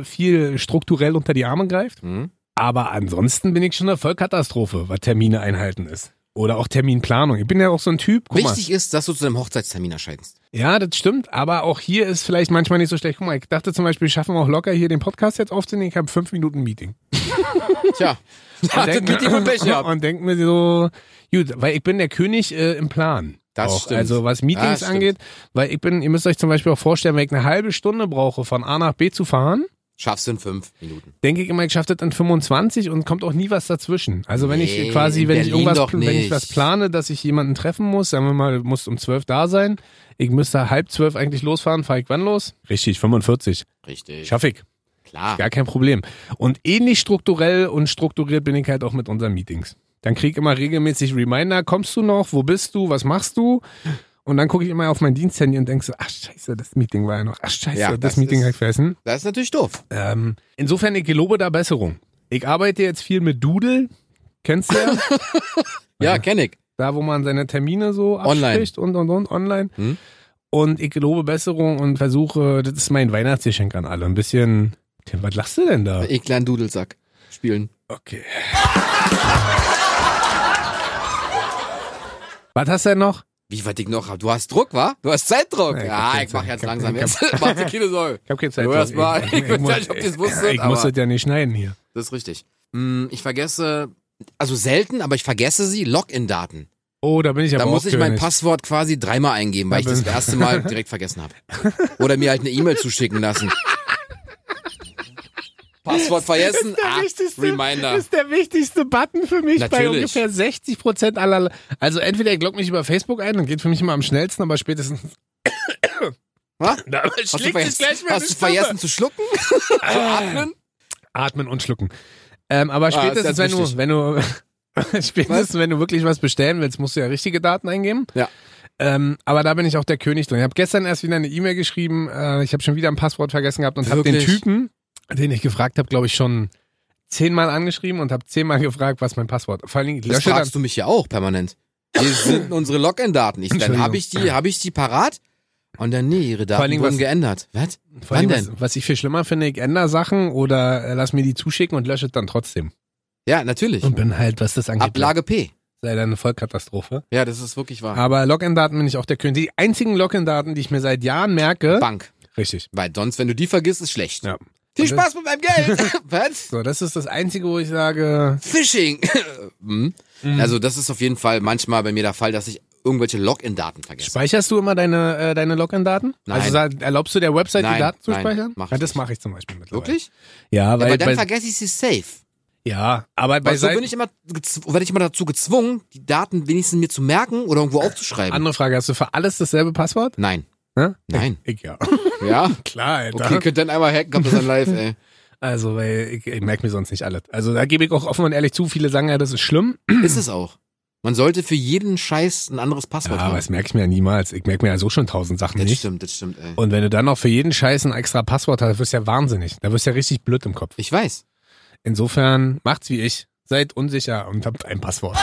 äh, viel strukturell unter die Arme greift.
Mhm.
Aber ansonsten bin ich schon eine Vollkatastrophe, was Termine einhalten ist. Oder auch Terminplanung. Ich bin ja auch so ein Typ. Guck
Wichtig ist, dass du zu deinem Hochzeitstermin erscheinst.
mal. Ja, das stimmt. Aber auch hier ist vielleicht manchmal nicht so schlecht. Guck mal, ich dachte zum Beispiel, schaffen wir auch locker hier den Podcast jetzt aufzunehmen. Ich habe fünf Minuten Meeting.
Tja. Ja, das
denk-
mit dir von Pech gehabt.
und denk mir so, gut, weil ich bin der König äh, im Plan.
Das
auch.
stimmt.
Also was Meetings
Das stimmt.
angeht, weil ich bin, ihr müsst euch zum Beispiel auch vorstellen, wenn ich eine halbe Stunde brauche, von A nach B zu fahren,
Schaffst du in fünf Minuten.
denke ich immer, ich schaffe das in 25 und kommt auch nie was dazwischen. Also wenn
Nee,
ich quasi, wenn ich
Berlin
irgendwas,
doch
wenn ich
nicht.
was plane, dass ich jemanden treffen muss, sagen wir mal, du musst um 12 da sein, ich müsste halb zwölf eigentlich losfahren, fahre ich wann los? Richtig, 45.
Richtig.
Schaffe ich.
Klar.
Gar kein Problem. Und ähnlich strukturell und strukturiert bin ich halt auch mit unseren Meetings. Dann krieg ich immer regelmäßig Reminder, kommst du noch, wo bist du, was machst du? Und dann gucke ich immer auf mein Diensthandy und denke so, ach scheiße, das Meeting war ja noch, ach scheiße,
Ja,
das,
das
Meeting
ist-
habe ich vergessen.
Das ist natürlich doof.
Ähm, insofern, ich gelobe da Besserung. Ich arbeite jetzt viel mit Doodle. Kennst du ja?
Ja, kenn ich.
da, wo man seine Termine so
Online.
abspricht und und und online.
Hm?
Und ich gelobe Besserung und versuche, das ist mein Weihnachtsgeschenk an alle. Ein bisschen. Tim, was lachst du denn da?
Ich kleinen Dudelsack spielen.
Okay. Was hast du denn noch?
Wie weit ich noch hab? Du hast Druck, wa? Du hast Zeitdruck.
Ja, ich hab keine
Ja, ich mach
Zeit. Ich
jetzt
hab
langsam.
keine-
Jetzt mach dir keine Sorge.
Ich habe keine Zeit.
Du hörst mal, ich weiß
muss-
ja nicht, ob ihr's wusstet,
ich muss
aber-
das ja nicht schneiden hier.
Mm, Das ist richtig. Hm, Ich vergesse, also selten, aber ich vergesse sie, Login-Daten.
Oh, da bin ich aber
Da
auch
muss ich mein
König.
Passwort quasi dreimal eingeben, weil ich das erste Mal direkt vergessen habe. Oder mir halt eine E-Mail zuschicken lassen. Passwort vergessen,
der
ah,
wichtigste,
Reminder.
ist der wichtigste Button für mich bei
Natürlich.
ungefähr 60 Prozent aller. Also entweder ihr loggt mich über Facebook ein, dann geht für mich immer am schnellsten, aber spätestens.
Was?
Da
Hast du,
schlägt sich
vergessen,
gleich meine
hast du
Stimme.
vergessen zu schlucken? zu atmen?
Atmen und schlucken. Ähm, aber
Ah, ist
spätestens,
ganz
wenn du,
wichtig.
wenn du, spätestens, wenn du wirklich was bestellen willst, musst du ja richtige Daten eingeben.
Ja.
Ähm, aber da bin ich auch der König drin. Ich habe gestern erst wieder eine E-Mail geschrieben. Äh, ich habe schon wieder ein Passwort vergessen gehabt und habe den
Wirklich?
Typen, den ich gefragt habe, glaube ich schon zehnmal angeschrieben und habe zehnmal gefragt, was mein Passwort. Vor allen Dingen
Das
lösche dann.
fragst du mich ja auch permanent. Hier sind unsere Login-Daten. Ich- Dann
Entschuldigung.
habe ich die, habe ich die parat? Und dann, nee, ihre
allen
Daten
Dingen,
wurden
was-
geändert. Was?
Vor allem,
Wann
was, was ich viel schlimmer finde, ich ändere Sachen oder äh, lass mir die zuschicken und lösche dann trotzdem.
Ja, natürlich.
Und bin halt, was das angeht,
Ablage P. Ah,
leider eine Vollkatastrophe.
Ja, das ist wirklich wahr.
Aber Login-Daten bin ich auch der König. Die einzigen Login-Daten, die ich mir seit Jahren merke.
Bank.
Richtig.
Weil sonst, wenn du die vergisst, ist schlecht.
Ja.
Viel
Und das-
Spaß mit meinem Geld. Was?
So, das ist das Einzige, wo ich sage.
Phishing. Hm.
Mhm.
Also das ist auf jeden Fall manchmal bei mir der Fall, dass ich irgendwelche Login-Daten vergesse.
Speicherst du immer deine, äh, deine Login-Daten?
Nein.
Also sa- erlaubst du der Website die
Nein,
Daten zu
nein,
speichern?
mach ich
ja, das
nicht.
mache ich zum Beispiel mittlerweile.
Wirklich?
Ja,
Ja,
weil,
aber dann
weil
vergesse ich sie safe.
ja, aber bei
Weil so
Seiten,
bin ich immer, gezw- werde ich immer dazu gezwungen, die Daten wenigstens mir zu merken oder irgendwo aufzuschreiben.
andere Frage, hast du für alles dasselbe Passwort?
Nein.
Hä?
Nein.
Ich ja.
Ja?
Klar, Alter.
Okay, könnt dann einmal hacken, kommt das dann live, ey.
Also, weil ich, ich merke mir sonst nicht alles. Also, da gebe ich auch offen und ehrlich zu, viele sagen ja, das ist schlimm.
Ist es auch. Man sollte für jeden Scheiß ein anderes Passwort
Ja, aber
haben.
das merke ich mir ja niemals. Ich merke mir ja so schon tausend Sachen
das
nicht.
stimmt, das stimmt, ey.
Und wenn du dann noch für jeden Scheiß ein extra Passwort hast, wirst du ja wahnsinnig. Da wirst du ja richtig blöd im Kopf.
Ich weiß.
Insofern macht's wie ich. Seid unsicher und habt ein Passwort.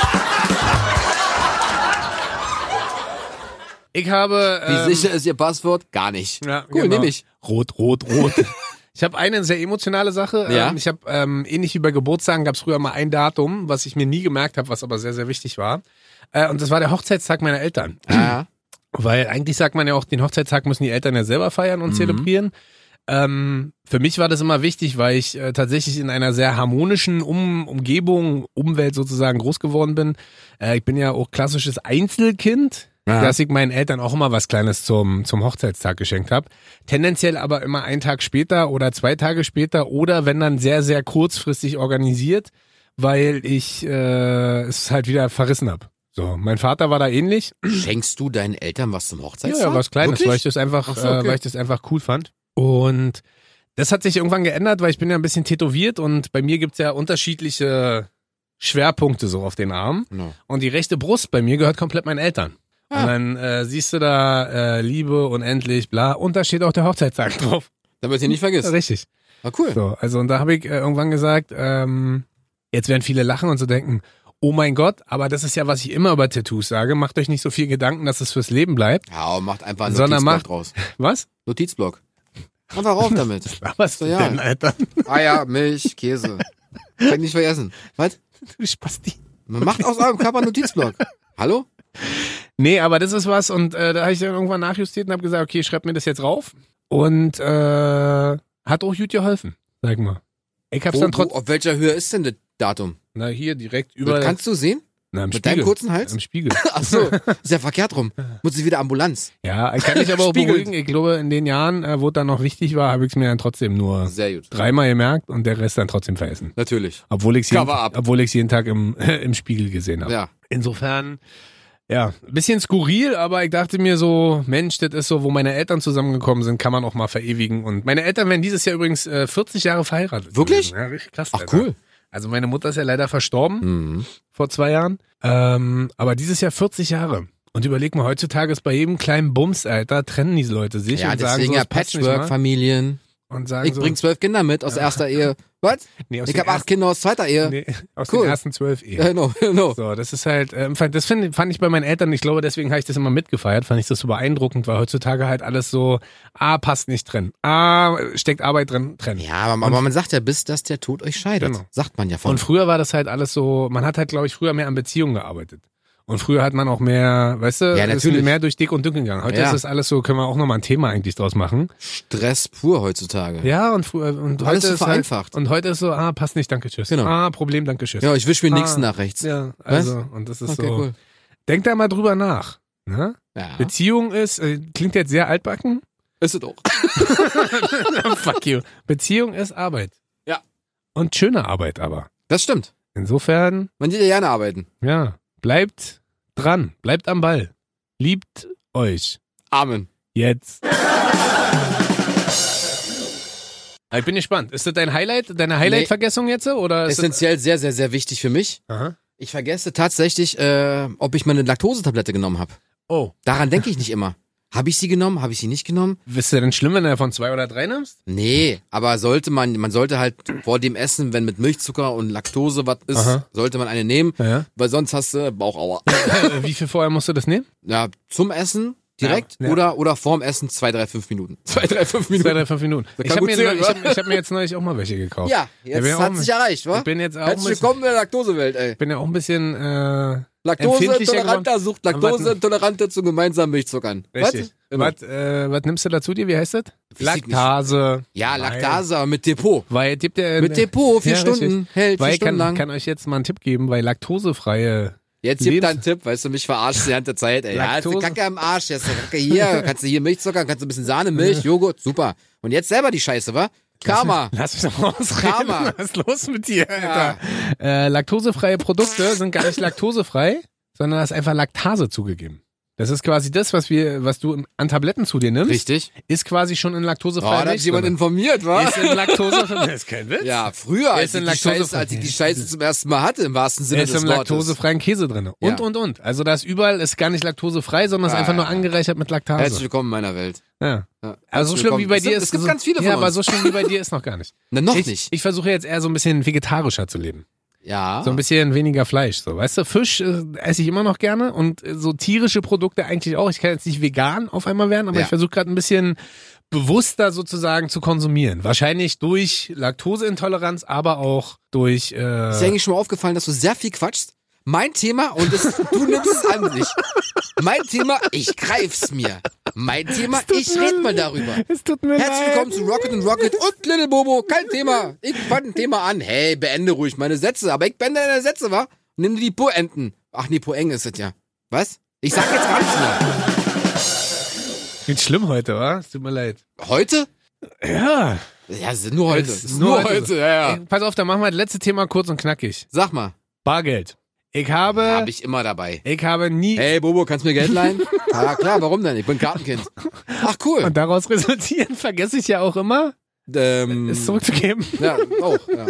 Ich habe.
Wie
ähm,
sicher ist Ihr Passwort? Gar nicht.
Ja,
cool,
genau.
nehme ich.
Rot, rot, rot. Ich habe eine sehr emotionale Sache.
Ja?
Ähm, ich habe ähm, ähnlich wie bei Geburtstagen gab es früher mal ein Datum, was ich mir nie gemerkt habe, was aber sehr, sehr wichtig war. Äh, und das war der Hochzeitstag meiner Eltern.
Ja.
Weil eigentlich sagt man ja auch, den Hochzeitstag müssen die Eltern ja selber feiern und
Mhm.
zelebrieren. Ähm, für mich war das immer wichtig, weil ich äh, tatsächlich in einer sehr harmonischen um Umgebung, Umwelt sozusagen groß geworden bin. Äh, ich bin ja auch klassisches Einzelkind,
Ja.
dass ich meinen Eltern auch immer was Kleines zum, zum Hochzeitstag geschenkt habe. Tendenziell aber immer einen Tag später oder zwei Tage später oder wenn dann sehr, sehr kurzfristig organisiert, weil ich äh, es halt wieder verrissen habe. So, mein Vater war da ähnlich.
Schenkst du deinen Eltern was zum
Ja,
Hochzeitstag?
ja, was Kleines,
Wirklich?
weil ich das einfach,
Ach so, okay.
äh, weil ich das einfach cool fand. Und das hat sich irgendwann geändert, weil ich bin ja ein bisschen tätowiert und bei mir gibt's ja unterschiedliche Schwerpunkte so auf den Armen.
Genau.
Und die rechte Brust bei mir gehört komplett meinen Eltern.
Ah.
Und dann äh, siehst du da äh, Liebe, unendlich, bla. Und da steht auch der Hochzeitstag drauf.
Damit ihr nicht vergisst.
Richtig.
Na cool.
So, also und da habe ich äh, irgendwann gesagt, ähm, jetzt werden viele lachen und so denken, oh mein Gott, aber das ist ja, was ich immer über Tattoos sage. Macht euch nicht so viel Gedanken, dass es fürs Leben bleibt.
Ja, und macht einfach einen
Sondern
Notizblock
macht-
draus.
Was?
Notizblock. Einfach rauf damit.
Was
So, ja.
denn, Alter?
Eier, Milch, Käse. Kann ich nicht vergessen. Was?
Du Spasti.
Man macht aus eurem Körper einen Notizblock. Hallo?
Nee, aber das ist was und äh, da habe ich dann irgendwann nachjustiert und habe gesagt, okay, schreib mir das jetzt rauf. Und äh, hat auch gut geholfen, sag mal. Ich hab's
Wo,
dann
wo,
trotzdem.
auf welcher Höhe ist denn das Datum?
Na, hier direkt über.
Das kannst du sehen?
na, im
mit
Spiegel.
deinem kurzen Hals?
Im Spiegel.
Ach so, ist ja verkehrt rum. Muss ich wieder Ambulanz.
Ja, ich kann mich aber auch
Spiegelt.
beruhigen. Ich glaube, in den Jahren, äh, wo es dann noch wichtig war, habe ich es mir dann trotzdem nur
Sehr gut.
dreimal gemerkt und der Rest dann trotzdem vergessen.
Natürlich.
Obwohl ich es jeden,
Cover up.
obwohl ich's jeden Tag im, im Spiegel gesehen habe.
Ja.
Insofern, ja, ein bisschen skurril, aber ich dachte mir so, Mensch, das ist so, wo meine Eltern zusammengekommen sind, kann man auch mal verewigen. Und meine Eltern werden dieses Jahr übrigens äh, 40 Jahre verheiratet.
Wirklich?
gewesen. Ja, richtig krass.
Ach
Alter.
cool.
Also meine Mutter ist ja leider verstorben
Mhm.
vor zwei Jahren. Ähm, aber dieses Jahr 40 Jahre. Und überleg mal, heutzutage ist bei jedem kleinen Bums, Alter, trennen diese Leute sich
Ja,
und sagen so,
deswegen ja
das passt nicht mal.
Patchwork-Familien.
Und sagen
Ich
so,
bring zwölf Kinder mit aus erster Ehe. Was?
nee, aus
Ich
den
habe acht Kinder aus zweiter Ehe.
ersten, nee, aus
Cool.
den ersten zwölf Ehen.
Äh, No, no.
So, das ist halt, ähm, fand- das find, fand ich bei meinen Eltern, ich glaube, deswegen habe ich das immer mitgefeiert, fand ich das so beeindruckend, weil heutzutage halt alles so, ah, passt nicht drin, ah, steckt Arbeit drin, trennen.
Ja, aber, aber man sagt ja, bis dass der Tod euch scheidet.
Genau.
Sagt man ja von.
Und früher war das halt alles so, man hat halt, glaube ich, früher mehr an Beziehungen gearbeitet. Und früher hat man auch mehr, weißt du,
Ja,
ist
natürlich.
mehr durch dick und dünn gegangen. Heute
Ja.
ist das alles so, können wir auch nochmal ein Thema eigentlich draus machen.
Stress pur heutzutage.
Ja, und früher, und
Alles
heute
so
ist halt,
vereinfacht.
und heute ist so, ah, passt nicht, danke, tschüss.
Genau.
Ah, Problem, danke, tschüss.
Ja, ich wisch mir den
Ah.
nächsten nach rechts.
Ja, also, und das ist
Okay,
so.
cool.
Denk da mal drüber nach. Ne?
Ja.
Beziehung ist, äh, klingt jetzt sehr altbacken.
Ist es auch.
Fuck you. Beziehung ist Arbeit.
Ja.
Und schöne Arbeit aber.
Das stimmt.
Insofern,
Man sieht ja gerne arbeiten.
ja, bleibt dran, bleibt am Ball. Liebt euch.
Amen.
Jetzt. Aber Ich bin gespannt. Ist das dein Highlight, deine Highlight-Vergessung jetzt? Oder ist das,
Essentiell sehr, sehr, sehr wichtig für mich.
aha.
Ich vergesse tatsächlich, äh, ob ich meine Laktosetablette genommen habe.
Oh,
Daran denke ich nicht immer. Habe ich sie genommen? Habe ich sie nicht genommen?
bist du denn schlimm, wenn du davon zwei oder drei nimmst?
Nee, aber sollte man, man sollte halt vor dem Essen, wenn mit Milchzucker und Laktose was ist,
Aha.
sollte man eine nehmen,
Ja.
weil sonst hast du Bauchauer.
Äh, Wie viel vorher musst du das nehmen?
Ja, zum Essen direkt
Ja, ja.
oder oder vorm Essen zwei, drei, fünf Minuten. Zwei, drei, fünf Minuten.
Zwei, drei, fünf Minuten.
Das
Ich
kann
habe
gut
mir,
zählen,
neulich- ich
wa?
hab, ich hab mir jetzt neulich auch mal welche gekauft.
Ja,
bin
jetzt
ja auch
hat's sich erreicht, wa?
Ich bin jetzt auch, ein
Herzlich
bisschen,
willkommen in der Laktosewelt, ey.
bin ja auch ein bisschen, äh, Empfindlicher
Laktoseintoleranter sucht
Am Watten.
Laktoseintolerante zu gemeinsamen Milchzuckern.
richtig.
Was?
Was, äh, was nimmst du dazu dir? Wie heißt das?
Weiß ich nicht.
Laktase.
Ja, Laktase, aber mit Depot.
Weil, gibt ja,
Mit Depot, vier
Ja, richtig.
Stunden, hält vier
weil ich kann,
Stunden lang.
kann euch jetzt mal einen Tipp geben, weil laktosefreie
jetzt gibt
Lebens-
er einen Tipp, weißt du, mich verarscht die ganze Zeit, ey. Ja, hast du
Laktose-
Kacke am Arsch, jetzt ist die Kacke hier, kannst du hier Milchzucker, kannst du ein bisschen Sahne, Milch, Joghurt, super. Und jetzt selber die Scheiße, wa? Karma.
Lass mich doch mal ausreden.
Karma.
Was ist los mit dir, Alter?
Ja.
Äh, laktosefreie Produkte sind gar nicht laktosefrei, sondern da ist einfach Laktase zugegeben. Das ist quasi das, was wir, was du an Tabletten zu dir nimmst,
Richtig.
ist quasi schon in
Oh,
laktosefrei.
da hat sich jemand informiert, wa?
ist in laktosefrei. Das ist kein Witz.
Ja, früher, als
Ist
ich,
in
die Scheiße,
Laktosefrei-
als ich die Scheiße zum ersten Mal hatte, im wahrsten Sinne
ist
des
im
Wortes.
laktosefreien Käse drinne Und,
Ja.
und, und. Also da ist überall, ist gar nicht laktosefrei, sondern ist
Ah,
einfach nur
ja.
angereichert mit
Herzlich
Laktase.
willkommen in meiner Welt.
Ja.
Ja,
Aber so
herzlich
schlimm wie
willkommen.
bei
es
dir
gibt,
ist.
Es gibt
so,
ganz viele von
Ja,
uns.
aber so schlimm wie bei dir ist noch gar nicht.
Na, noch
ich,
nicht.
Ich versuche jetzt eher so ein bisschen vegetarischer zu leben.
Ja.
So ein bisschen weniger Fleisch, so. Weißt du, Fisch äh, esse ich immer noch gerne und äh, so tierische Produkte eigentlich auch. Ich kann jetzt nicht vegan auf einmal werden, aber
Ja.
ich versuche gerade ein bisschen bewusster sozusagen zu konsumieren. Wahrscheinlich durch Laktoseintoleranz, aber auch durch äh,
Ist dir eigentlich schon mal aufgefallen, dass du sehr viel quatschst? Mein Thema und es, du nimmst es an dich. Mein Thema, ich greif's mir. Mein Thema, ich red mal darüber.
Es tut mir
Herzlich
leid.
willkommen zu Rocket and Rocket und Little Bobo. Kein Thema. Ich fand ein Thema an. Hey, beende ruhig meine Sätze. Aber ich beende deine Sätze, wa? Nimm dir die Poenten. Ach nee, Poeng ist es ja. Was? Ich sag jetzt gar nichts mehr.
Wird schlimm heute, wa? Es tut mir leid.
Heute?
Ja.
Ja, es ist nur heute.
Es
Es ist nur heute, ja,
Ey,
ja.
pass auf, dann machen wir das letzte Thema kurz und knackig.
Sag mal,
Bargeld. Ich habe,
hab
ich,
ich immer dabei.
habe nie,
Hey, Bobo, kannst du mir Geld leihen? Ja, klar, warum denn? Ich bin Kartenkind. Ach, cool.
und daraus resultieren vergesse ich ja auch immer,
Ähm,
es zurückzugeben.
Ja, auch, ja.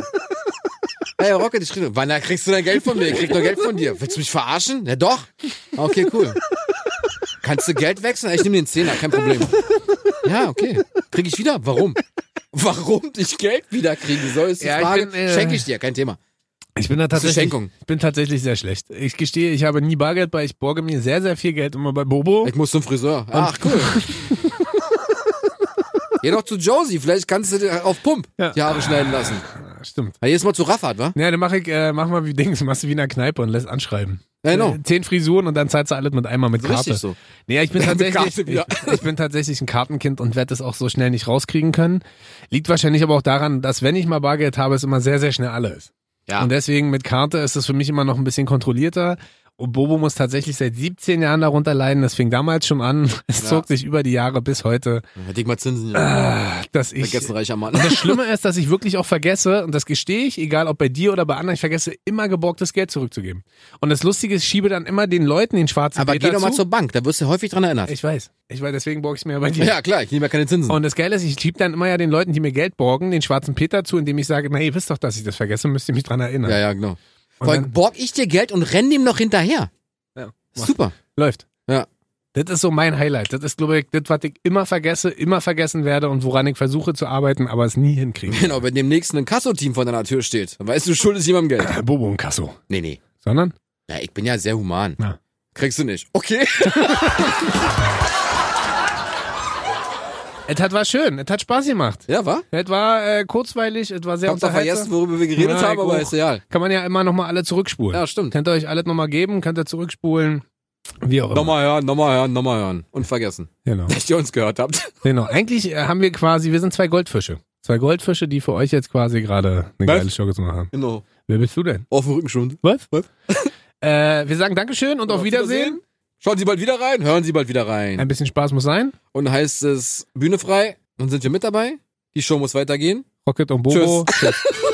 Hey, Rocket, ich schrieb, wann kriegst du dein Geld von mir? Ich krieg nur Geld von dir. Willst du mich verarschen? Ja, doch. Ah, Okay, cool. Kannst du Geld wechseln? Ich nehme den Zehner, kein Problem. Ja, okay. Krieg ich wieder? Warum? Warum ich Geld wieder kriegen soll, ist die
Ja, ich
Frage.
bin, äh,
Schenke ich dir, kein Thema.
Ich bin da tatsächlich,
Schenkung.
ich bin tatsächlich sehr schlecht. Ich gestehe, ich habe nie Bargeld bei, ich borge mir sehr, sehr viel Geld immer bei Bobo.
Ich muss zum Friseur. Ach, cool. Geh doch zu Josie, vielleicht kannst du dir auf Pump
Ja.
die Haare schneiden lassen.
Ah, Stimmt.
Ja, jedes Mal zu Raffat, wa?
Ja, dann mach ich, äh, mach mal wie Dings, machst du wie in einer Kneipe und lässt anschreiben.
Ja, genau.
Äh, Zehn Frisuren und dann zahlst du alles mit einmal mit
So
Karte.
richtig so.
Nee, ich bin
Mit
tatsächlich,
Karte, ja.
ich, ich bin tatsächlich ein Kartenkind und werde das auch so schnell nicht rauskriegen können. Liegt wahrscheinlich aber auch daran, dass wenn ich mal Bargeld habe, es immer sehr, sehr schnell alle ist.
Ja.
Und deswegen mit Karte ist es für mich immer noch ein bisschen kontrollierter. Und Bobo muss tatsächlich seit 17 Jahren darunter leiden. Das fing damals schon an. Es
Ja.
zog sich über die Jahre bis heute,
Hätte ich mal Zinsen.
Äh,
Ja.
dass ich.
Vergessen reicher Mann.
Das Schlimme ist, dass ich wirklich auch vergesse, und das gestehe ich, egal ob bei dir oder bei anderen, ich vergesse immer geborgtes Geld zurückzugeben. Und das Lustige ist, ich schiebe dann immer den Leuten den schwarzen
Aber
Peter
geh doch mal
zu.
zur Bank, da wirst du häufig dran erinnert.
Ich weiß. Ich weiß, deswegen borg ich mir ja bei dir.
ja, klar, ich nehme ja keine Zinsen.
Und das Geile ist, ich schieb dann immer ja den Leuten, die mir Geld borgen, den schwarzen Peter zu, indem ich sage, na, ihr wisst doch, dass ich das vergesse, müsst ihr mich dran erinnern.
ja, ja, genau.
Und
Vor allem
dann-
borg ich dir Geld und renn dem noch hinterher.
Ja.
Super.
Läuft.
Ja.
Das ist so mein Highlight. Das ist, glaube ich, das, was ich immer vergesse, immer vergessen werde und woran ich versuche zu arbeiten, aber es nie hinkriege.
Genau, wenn dem nächsten ein Kassoteam vor deiner Tür steht, dann weißt du, du schuldest jemandem Geld.
Äh, Bobo und Kasso.
Nee, nee.
Sondern?
Ja, ich bin ja sehr human.
Ja.
Kriegst du nicht. Okay.
Es hat war schön, es hat Spaß gemacht.
Ja, wa?
Es war äh, kurzweilig, es war
Ich
sehr
hab doch
unterhaltsam.
vergessen, worüber wir geredet
Ja,
haben,
ich
aber
auch.
ist real.
Kann man ja immer nochmal alle zurückspulen.
Ja, stimmt.
Könnt ihr euch alles nochmal geben, könnt ihr zurückspulen. Wie auch immer.
Nochmal hören, nochmal hören, nochmal hören. Und vergessen,
Genau.
dass ihr uns gehört habt.
Genau. Eigentlich äh, haben wir quasi, wir sind zwei Goldfische. Zwei Goldfische, die für euch jetzt quasi gerade eine
Was?
geile Show gemacht haben.
Genau.
Wer bist du denn?
Auf dem Rücken schon.
Was?
Was?
Äh, wir sagen Dankeschön und auf Wiedersehen.
Schauen Sie bald wieder rein, hören Sie bald wieder
Ein
rein.
bisschen Spaß muss sein.
Und heißt es Bühne frei, dann sind wir mit dabei. Die Show muss weitergehen.
Rocket und Bobo. Tschüss.